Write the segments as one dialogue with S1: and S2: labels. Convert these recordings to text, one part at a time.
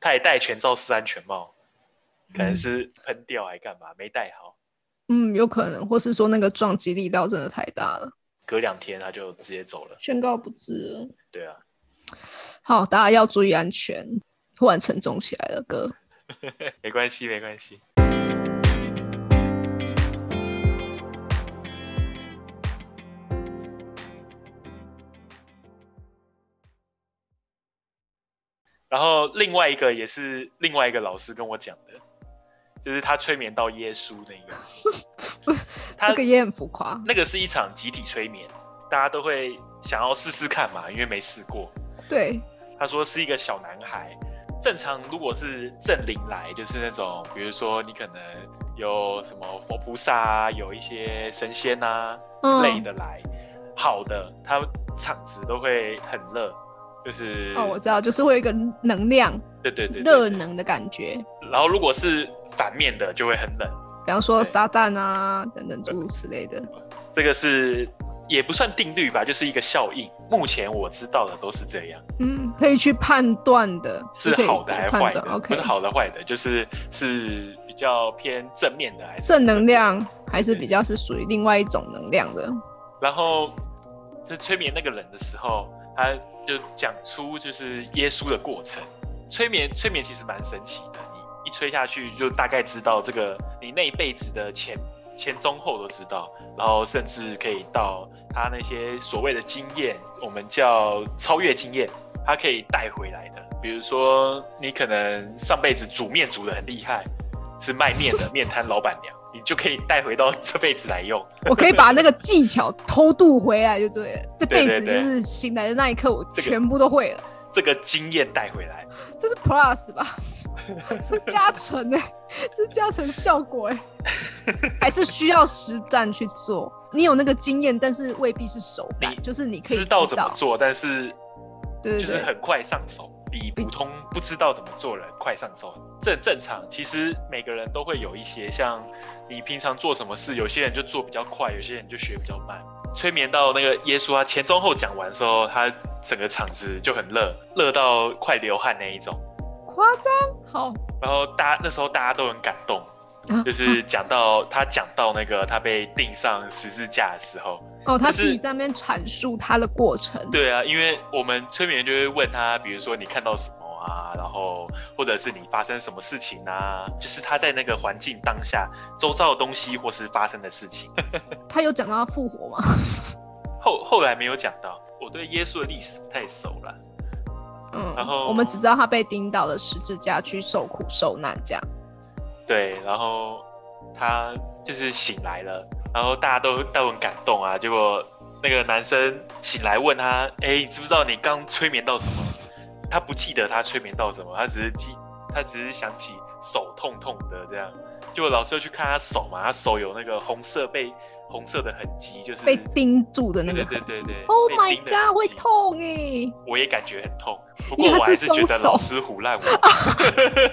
S1: 他也戴全罩式安全帽，可能是喷掉还干嘛，没戴好，
S2: 嗯，有可能，或是说那个撞击力道真的太大了，
S1: 隔两天他就直接走了。
S2: 宣告不治了。
S1: 对啊，
S2: 好，大家要注意安全。突然沉重起来了，哥。
S1: 没关系，没关系。然后另外一个也是另外一个老师跟我讲的，就是他催眠到耶稣那个，他
S2: 这个也很浮夸，
S1: 那个是一场集体催眠，大家都会想要试试看嘛，因为没试过。
S2: 对，
S1: 他说是一个小男孩。正常如果是正灵来，就是那种，比如说你可能有什么佛菩萨啊，有一些神仙啊之
S2: 嗯
S1: 类的来，好的，他场子都会很热，就是
S2: 哦，我知道，就是会有一个能量、
S1: 对对对对
S2: 热
S1: 对
S2: 能的感觉，
S1: 然后如果是反面的，就会很冷。
S2: 比方说
S1: 对
S2: 撒旦啊等等诸如此类的。
S1: 这个是也不算定律吧，就是一个效应。目前我知道的都是这样，
S2: 嗯，可以去判断的，
S1: 是
S2: 可以
S1: 好的还
S2: 去
S1: 是
S2: 判
S1: 坏
S2: 断
S1: 的
S2: o
S1: 不
S2: k
S1: 是好的坏的，就是是比较偏正面的还是
S2: 正能量还是
S1: 对
S2: 比较是属于另外一种能量的。
S1: 然后在催眠那个人的时候，他就讲出就是耶稣的过程。催眠催眠其实蛮神奇的，你一吹下去就大概知道这个你那一辈子的前前中后都知道，然后甚至可以到他那些所谓的经验，我们叫超越经验，他可以带回来的。比如说你可能上辈子煮面煮的很厉害，是卖面的面摊老板娘，你就可以带回到这辈子来用。
S2: 我可以把那个技巧偷渡回来，就对了。这辈
S1: 对
S2: 子
S1: 对
S2: 就
S1: 对
S2: 是醒来的那一刻，我
S1: 这个
S2: 全部都会了。
S1: 这个经验带回来。
S2: 这是 plus 吧？ 这是加成哎、这是加成效果 哎、还是需要实战去做。你有那个经验，但是未必是手感，
S1: 你
S2: 就是你可以
S1: 知道怎么做，但是就
S2: 对对
S1: 是
S2: 对，
S1: 很快上手，比普通不知道怎么做的人快上手，这很正常。其实每个人都会有一些，像你平常做什么事，有些人就做比较快，有些人就学比较慢。催眠到那个耶稣，他前中后讲完之后，他整个场子就很热，热到快流汗那一种。
S2: 夸张好
S1: 然后大家那时候大家都很感动，
S2: 啊
S1: 就是讲到他讲到那个他被钉上十字架的时候，
S2: 哦，他
S1: 就是
S2: 自己在那边阐述他的过程，
S1: 对啊，因为我们催眠就会问他，比如说你看到什么啊，然后或者是你发生什么事情啊，就是他在那个环境当下周遭的东西或是发生的事情。
S2: 他有讲到他复活吗？
S1: 后后来没有讲到，我对耶稣的历史不太熟了。
S2: 嗯，
S1: 然后
S2: 我们只知道他被钉到了十字架去受苦受难这样。
S1: 对，然后他就是醒来了，然后大家都都很感动啊。结果那个男生醒来问他：“哎，你知不知道你刚催眠到什么？”他不记得他催眠到什么，他只是记，他只是想起手痛痛的这样。结果老师就去看他手嘛，他手有那个红色被红色的痕迹，就是
S2: 被钉住的那个痕
S1: 对
S2: 迹
S1: 对对对
S2: ，Oh
S1: 被
S2: my
S1: 钉的痕
S2: god，会
S1: 迹
S2: 痛哎、
S1: 我也感觉很痛。不
S2: 因
S1: 过
S2: 为
S1: 我
S2: 他
S1: 还
S2: 是
S1: 是觉得
S2: 凶手
S1: 老师胡乱我。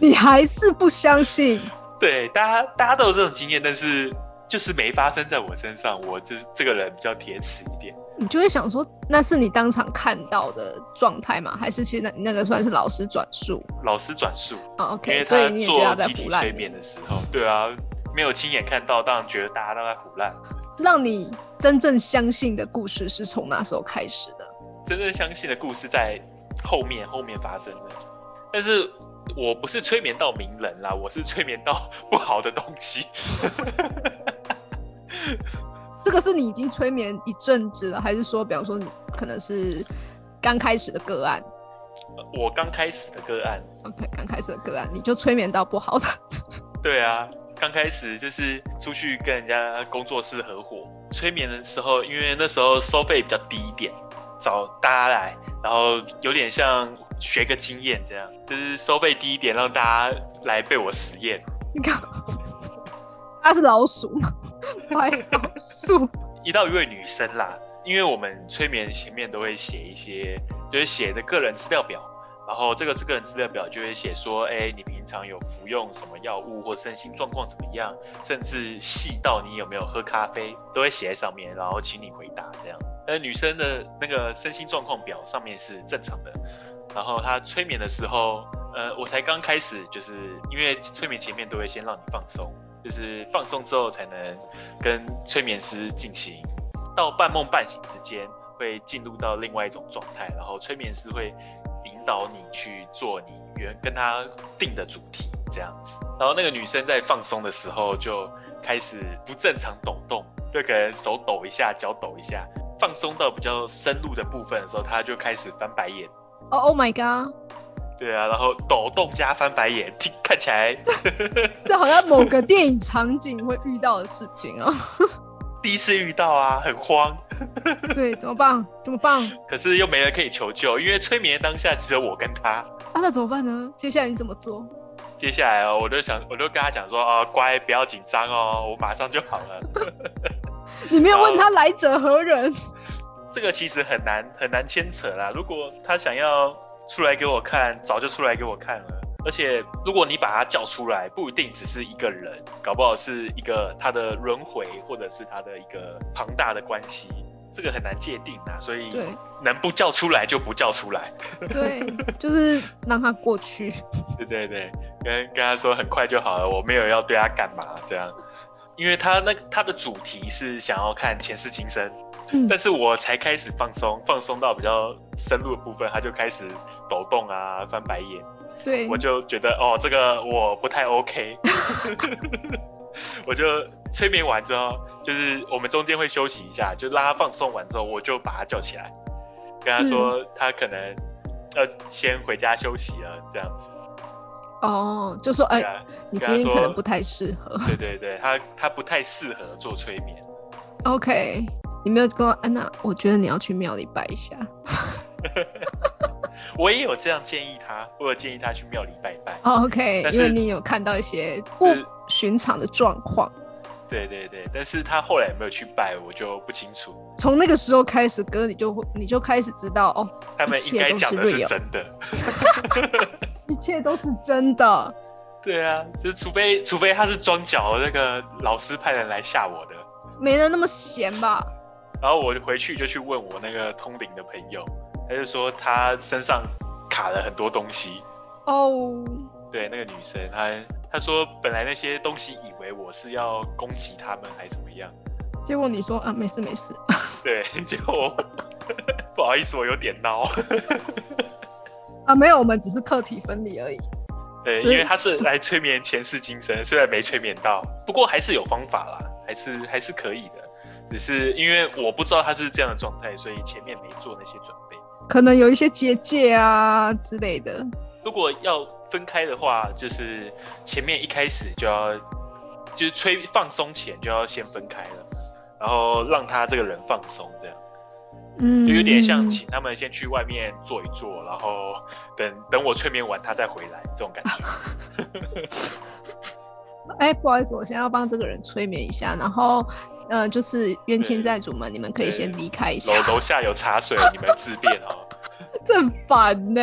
S2: 你还是不相信？
S1: 对，大家大家都有这种经验，但是就是没发生在我身上。我就是这个人比较铁齿一点。
S2: 你就会想说，那是你当场看到的状态吗？还是其实那那个算是老师转述？
S1: 老师转述，
S2: 哦
S1: 因
S2: ，OK，
S1: 为
S2: 所
S1: 他
S2: 以你也觉得他
S1: 做
S2: 在
S1: 集
S2: 胡
S1: 体
S2: 乱
S1: 催
S2: 你
S1: 眠，的时候，对啊，没有亲眼看到，当然觉得大家都在胡乱。
S2: 让你真正相信的故事是从那时候开始的。
S1: 真正相信的故事在后面后面发生的，但是我不是催眠到名人啦，我是催眠到 不好的东西。
S2: 这个是你已经催眠一阵子了，还是说，比方说你可能是刚开始的个案
S1: 我刚开始的个案，
S2: ？OK，刚开始的个案你就催眠到不好的，
S1: 对啊，刚开始就是出去跟人家工作室合伙催眠的时候，因为那时候收费比较低一点，找大家来，然后有点像学个经验这样，就是收费低一点，让大家来被我实验。
S2: 你看，他是老鼠吗？ 白老鼠。
S1: 一到一位女生啦，因为我们催眠前面都会写一些，就是写的个人资料表，然后这个这个人资料表就会写说，哎、你平常有服用什么药物或身心状况怎么样，甚至细到你有没有喝咖啡，都会写在上面，然后请你回答这样。呃，女生的那个身心状况表上面是正常的，然后他催眠的时候，呃，我才刚开始，就是因为催眠前面都会先让你放松，就是放松之后才能跟催眠师进行到半梦半醒之间，会进入到另外一种状态，然后催眠师会引导你去做你原跟他定的主题这样子。然后那个女生在放松的时候就开始不正常抖动，就可能手抖一下，脚抖一下。放松到比较深入的部分的时候，她就开始翻白眼，
S2: 哦、oh, my god，
S1: 对啊，然后抖动加翻白眼，听看起来
S2: 这好像某个电影场景会遇到的事情哦。
S1: 第一次遇到啊，很慌，
S2: 对，怎么办？怎么办？
S1: 可是又没人可以求救，因为催眠当下只有我跟他。
S2: 啊，那怎么办呢？接下来你怎么做？
S1: 接下来哦，我就想，我就跟他讲说，啊、哦，乖，不要紧张哦，我马上就好了。
S2: 你没有问他来者何人？
S1: 这个其实很难很难牵扯啦。如果他想要出来给我看，早就出来给我看了。而且如果你把他叫出来，不一定只是一个人，搞不好是一个他的轮回，或者是他的一个庞大的关系，这个很难界定啊。所以
S2: 对
S1: 能不叫出来就不叫出来。
S2: 对，就是让他过去。
S1: 对对对，跟跟他说很快就好了，我没有要对他干嘛这样。因为他那他的主题是想要看前世今生，
S2: 嗯
S1: 但是我才开始放松，放松到比较深入的部分，他就开始抖动啊，翻白眼，
S2: 对，
S1: 我就觉得哦，这个我不太 OK，我就催眠完之后，就是我们中间会休息一下，就让他放松完之后，我就把他叫起来，跟他
S2: 是
S1: 说他可能要先回家休息了，这样子，
S2: 哦，就说哎、
S1: 对啊
S2: 你
S1: 跟
S2: 今
S1: 他
S2: 天可
S1: 说
S2: 能不太适合。
S1: 对对对，他他不太适合做催眠。
S2: OK，你没有跟我安娜，我觉得你要去庙里拜一下。
S1: 我也有这样建议他，我有建议他去庙里拜拜。
S2: 哦 OK，
S1: 但是
S2: 因为你有看到一些不
S1: 就是
S2: 寻常的状况，
S1: 对对对，但是他后来有没有去拜，我就不清楚。
S2: 从那个时候开始，哥你就会你就开始知道哦，
S1: 他们应该讲的是真的。
S2: 一切都是真的。
S1: 对啊，就是除非除非他是装脚那个老师派人来吓我的，
S2: 没人那么闲吧？
S1: 然后我就回去就去问我那个通灵的朋友，他就说他身上卡了很多东西。
S2: 哦，
S1: 对，那个女生她她说本来那些东西以为我是要攻击他们还是怎么样，
S2: 结果你说啊，没事没事，
S1: 对， 结果我不好意思，我有点孬。
S2: 啊，没有，我们只是课题分离而已。
S1: 对，因
S2: 所以
S1: 为他是来催眠前世今生，虽然没催眠到，不过还是有方法啦，还是还是可以的。只是因为我不知道他是这样的状态，所以前面没做那些准备。
S2: 可能有一些结界啊之类的。
S1: 如果要分开的话，就是前面一开始就要，就是催放松前就要先分开了，然后让他这个人放松，这样
S2: 嗯，
S1: 就有点像请他们先去外面坐一坐，然后等等我催眠完他再回来这种感觉。
S2: 哎、不好意思，我现在要帮这个人催眠一下，然后，呃，就是冤亲
S1: 对
S2: 债主们，你们可以
S1: 对
S2: 先离开一下，
S1: 楼楼下有茶水，你们自便哦。
S2: 这很烦呢、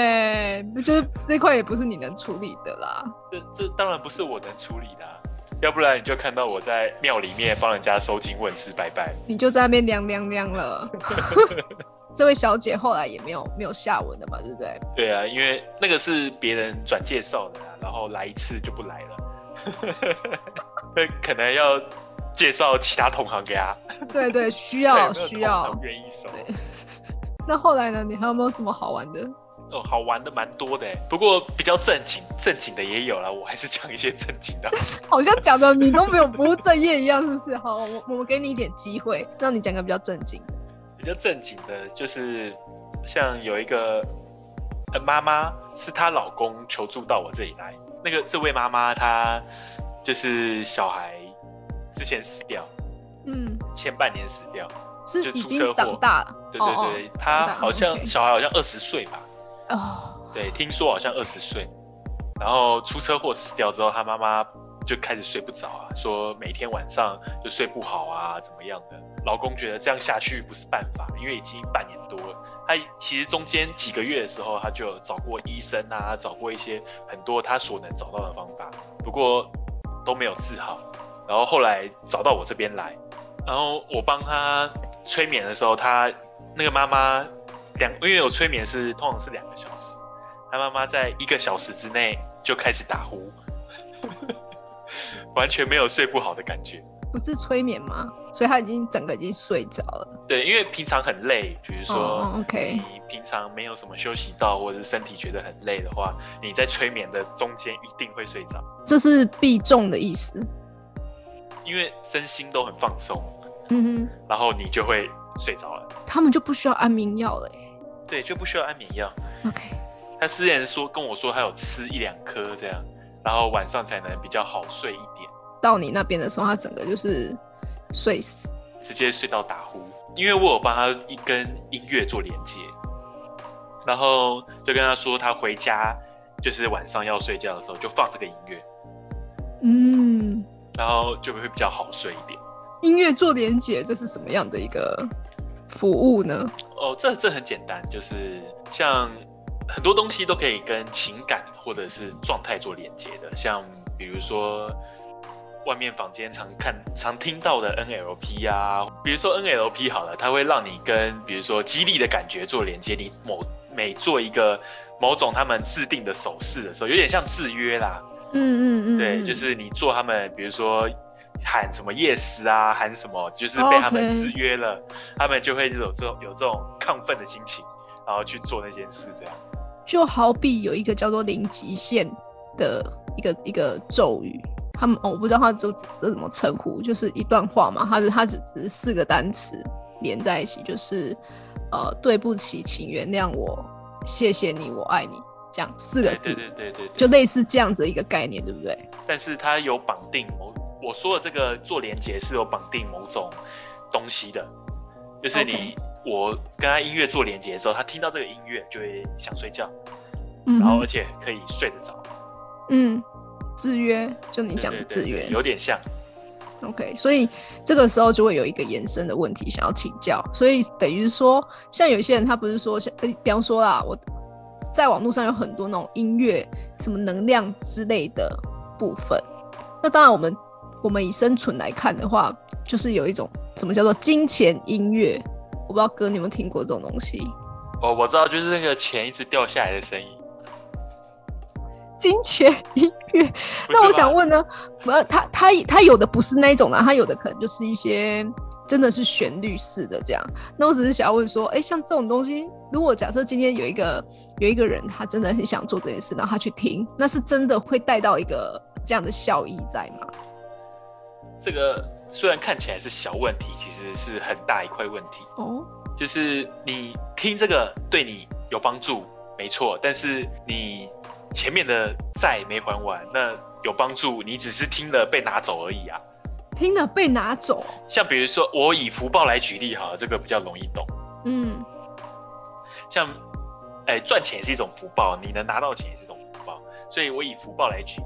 S2: 不就是这块也不是你能处理的啦。
S1: 这这当然不是我能处理的啊、要不然你就看到我在庙里面帮人家收金问事拜拜。
S2: 你就在那边凉凉 凉了。这位小姐后来也没有没有下文了嘛，对不对？
S1: 对啊，因为那个是别人转介绍的啊啦，然后来一次就不来了， 那可能要介绍其他同行给他，
S2: 对对，需
S1: 看有
S2: 要
S1: 没有
S2: 需
S1: 同
S2: 要
S1: 行。愿意收。
S2: 对那后来呢？你还有没有什么好玩的？
S1: 哦，好玩的蛮多的欸，不过比较正经正经的也有啦，我还是讲一些正经的。
S2: 好像讲的你都没有不务正业一样，是不是？好，我我们给你一点机会，让你讲个比较正经的。
S1: 比较正经的，就是像有一个呃妈妈是她老公求助到我这里来，那个这位妈妈她就是小孩之前死掉，
S2: 嗯，
S1: 前半年死掉，
S2: 是
S1: 就
S2: 已
S1: 出
S2: 经
S1: 车祸
S2: 长大了。
S1: 对对对，她
S2: 长大
S1: 好像
S2: OK
S1: 小孩好像二十岁吧，
S2: 哦，
S1: 对，听说好像二十岁，然后出车祸死掉之后，她妈妈就开始睡不着啊，说每天晚上就睡不好啊，怎么样的。老公觉得这样下去不是办法，因为已经半年多了。他其实中间几个月的时候，他就有找过医生啊，找过一些很多他所能找到的方法，不过都没有治好。然后后来找到我这边来，然后我帮他催眠的时候，他那个妈妈两，因为我催眠是通常是两个小时，他妈妈在一个小时之内就开始打呼， 完全没有睡不好的感觉。
S2: 不是催眠吗？所以他已经整个已经睡着了。
S1: 对，因为平常很累，比如说
S2: 哦，OK
S1: 你平常没有什么休息到，或者是身体觉得很累的话，你在催眠的中间一定会睡着，
S2: 这是必中的意思。
S1: 因为身心都很放松，
S2: 嗯
S1: 然后你就会睡着了。
S2: 哼，他们就不需要安眠药了耶。
S1: 对，就不需要安眠药。
S2: OK，
S1: 他之前说跟我说他有吃一两颗这样，然后晚上才能比较好睡一点，
S2: 到你那边的时候，他整个就是睡死。
S1: 直接睡到打呼。因为我有帮他一跟音乐做连接，然后就跟他说他回家就是晚上要睡觉的时候就放这个音乐，
S2: 嗯，
S1: 然后就会比较好睡一点。
S2: 音乐做连结，这是什么样的一个服务呢？
S1: 哦，这这很简单，就是像很多东西都可以跟情感或者是状态做连接的，像比如说外面房间常看常听到的 NLP 啊，比如说 NLP 好了，它会让你跟比如说激励的感觉做连接，你某每做一个某种他们制定的手势的时候，有点像制约啦，
S2: 嗯嗯嗯，
S1: 对，
S2: 嗯
S1: 就是你做他们，比如说喊什么 yes 啊，喊什么，就是被他们
S2: 哦 OK
S1: 制约了他们就会有这种有这种亢奋的心情，然后去做那件事，这样。
S2: 就好比有一个叫做零极限的一个一个咒语，他们、哦、我不知道它这这怎么称呼，就是一段话嘛，它是它只只是四个单词连在一起，就是呃对不起，请原谅我，谢谢你，我爱你，这样四个
S1: 对
S2: 字
S1: 对，对对对对。
S2: 就类似这样子一个概念，对不对？
S1: 但是它有绑定某，我说的这个做连接是有绑定某种东西的，就是你我跟他音乐做连接的时候，他听到这个音乐就会想睡觉，
S2: 嗯
S1: 然后
S2: 哼
S1: 而且可以睡得着。
S2: 嗯，制约，就你
S1: 对
S2: 讲的
S1: 对对
S2: 制
S1: 对
S2: 约
S1: 有点像。
S2: OK，所以这个时候就会有一个延伸的问题想要请教，所以等于是说，像有些人他不是说，像呃比方说啦，我在网络上有很多那种音乐、什么能量之类的部分，那当然我们我们以生存来看的话，就是有一种什么叫做金钱音乐，我不知道哥你有没有听过这种东西？
S1: 哦，我知道，就是那个钱一直掉下来的声音。
S2: 金钱音乐，
S1: 不是
S2: 那我
S1: 吗
S2: 想问呢，呃，他他他有的不是那一种啦，啊他有的可能就是一些真的是旋律式的这样。那我只是想要问说，哎、像这种东西，如果假设今天有一个有一个人，他真的很想做这件事，然后他去听，那是真的会带到一个这样的效益在吗？
S1: 这个虽然看起来是小问题，其实是很大一块问题。
S2: 哦，
S1: 就是你听这个对你有帮助，没错，但是你前面的债没还完，那有帮助，你只是听了被拿走而已啊。
S2: 听了被拿走，
S1: 像比如说，我以福报来举例好了，这个比较容易懂。
S2: 嗯
S1: 像，哎，赚钱是一种福报，你能拿到钱也是一种福报，所以我以福报来举例。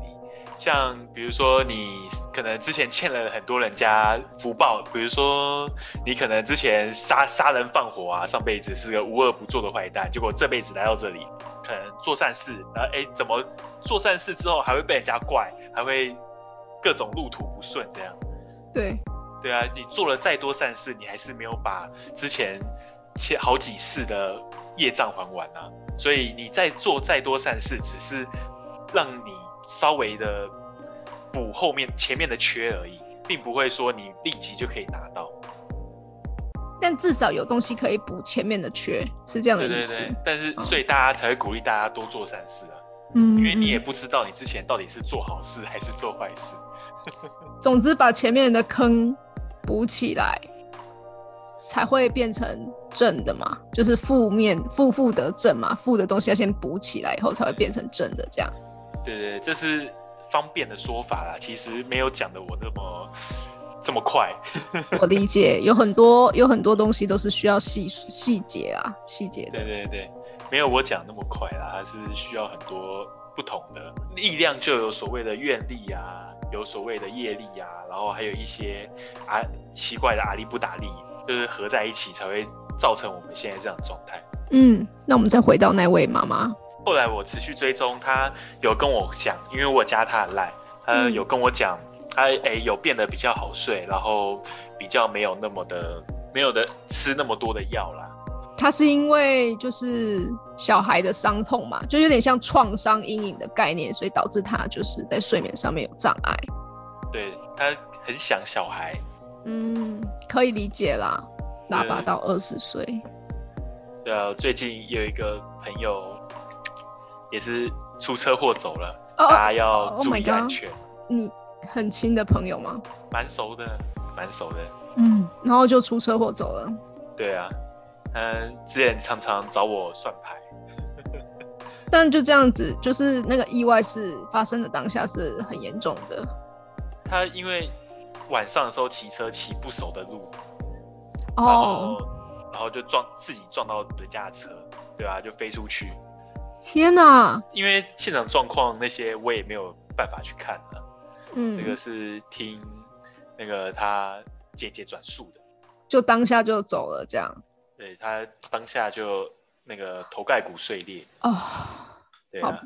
S1: 像比如说，你可能之前欠了很多人家福报，比如说你可能之前杀杀人放火啊，上辈子是个无恶不作的坏蛋，结果这辈子来到这里，可能做善事，然后哎，怎么做善事之后还会被人家怪，还会各种路途不顺这样。
S2: 对，
S1: 对啊，你做了再多善事，你还是没有把之前欠好几世的业障还完啊。所以你再做再多善事，只是让你稍微的补后面前面的缺而已，并不会说你立即就可以拿到。
S2: 但至少有东西可以补前面的缺，是这样的
S1: 对
S2: 意
S1: 对
S2: 思。
S1: 对，但是
S2: 嗯
S1: 所以大家才会鼓励大家多做善事啊，
S2: 嗯，
S1: 因为你也
S2: 嗯
S1: 不知道你之前到底是做好事还是做坏事。
S2: 总之把前面的坑补起来，才会变成正的嘛，就是负面负负得正嘛，负的东西要先补起来，以后才会变成正的这样。
S1: 对对，对这是方便的说法啦，其实没有讲的我那么这么快。
S2: 我理解，有很多有很多东西都是需要细细节啊，细节
S1: 对
S2: 的。
S1: 对对，没有我讲那么快啦，它是需要很多不同的力量，就有所谓的愿力啊，有所谓的业力啊，然后还有一些啊奇怪的阿力不达力，就是合在一起才会造成我们现在这样的状态。
S2: 嗯，那我们再回到那位妈妈，
S1: 后来我持续追踪，他有跟我讲，因为我加他的 line，他
S2: 嗯
S1: 有跟我讲，他诶有变得比较好睡，然后比较没有那么的没有的吃那么多的药啦。
S2: 他是因为就是小孩的伤痛嘛，就有点像创伤阴影的概念，所以导致他就是在睡眠上面有障碍。
S1: 对他很想小孩，
S2: 嗯，可以理解啦，拉拔到二十岁，
S1: 对啊，最近有一个朋友也是出车祸走了，
S2: 哦
S1: 大家要
S2: oh
S1: 注
S2: my
S1: 意
S2: god
S1: 安全。
S2: 你很亲的朋友吗？
S1: 蛮熟的，蛮熟的，
S2: 嗯，然后就出车祸走了。
S1: 对啊，嗯，之前常常找我算牌，
S2: 但就这样子，就是那个意外是发生的当下是很严重的
S1: 他因为晚上的时候骑车骑不熟的路，然后、
S2: 哦。
S1: 然后就撞自己撞到人家的车，对啊，就飞出去，
S2: 天哪、
S1: 因为现场状况那些我也没有办法去看啊，
S2: 嗯，
S1: 这个是听那个他姐姐转述的，
S2: 就当下就走了这样。
S1: 对他当下就那个头盖骨碎裂，
S2: 哦，
S1: 对
S2: 好
S1: 啊，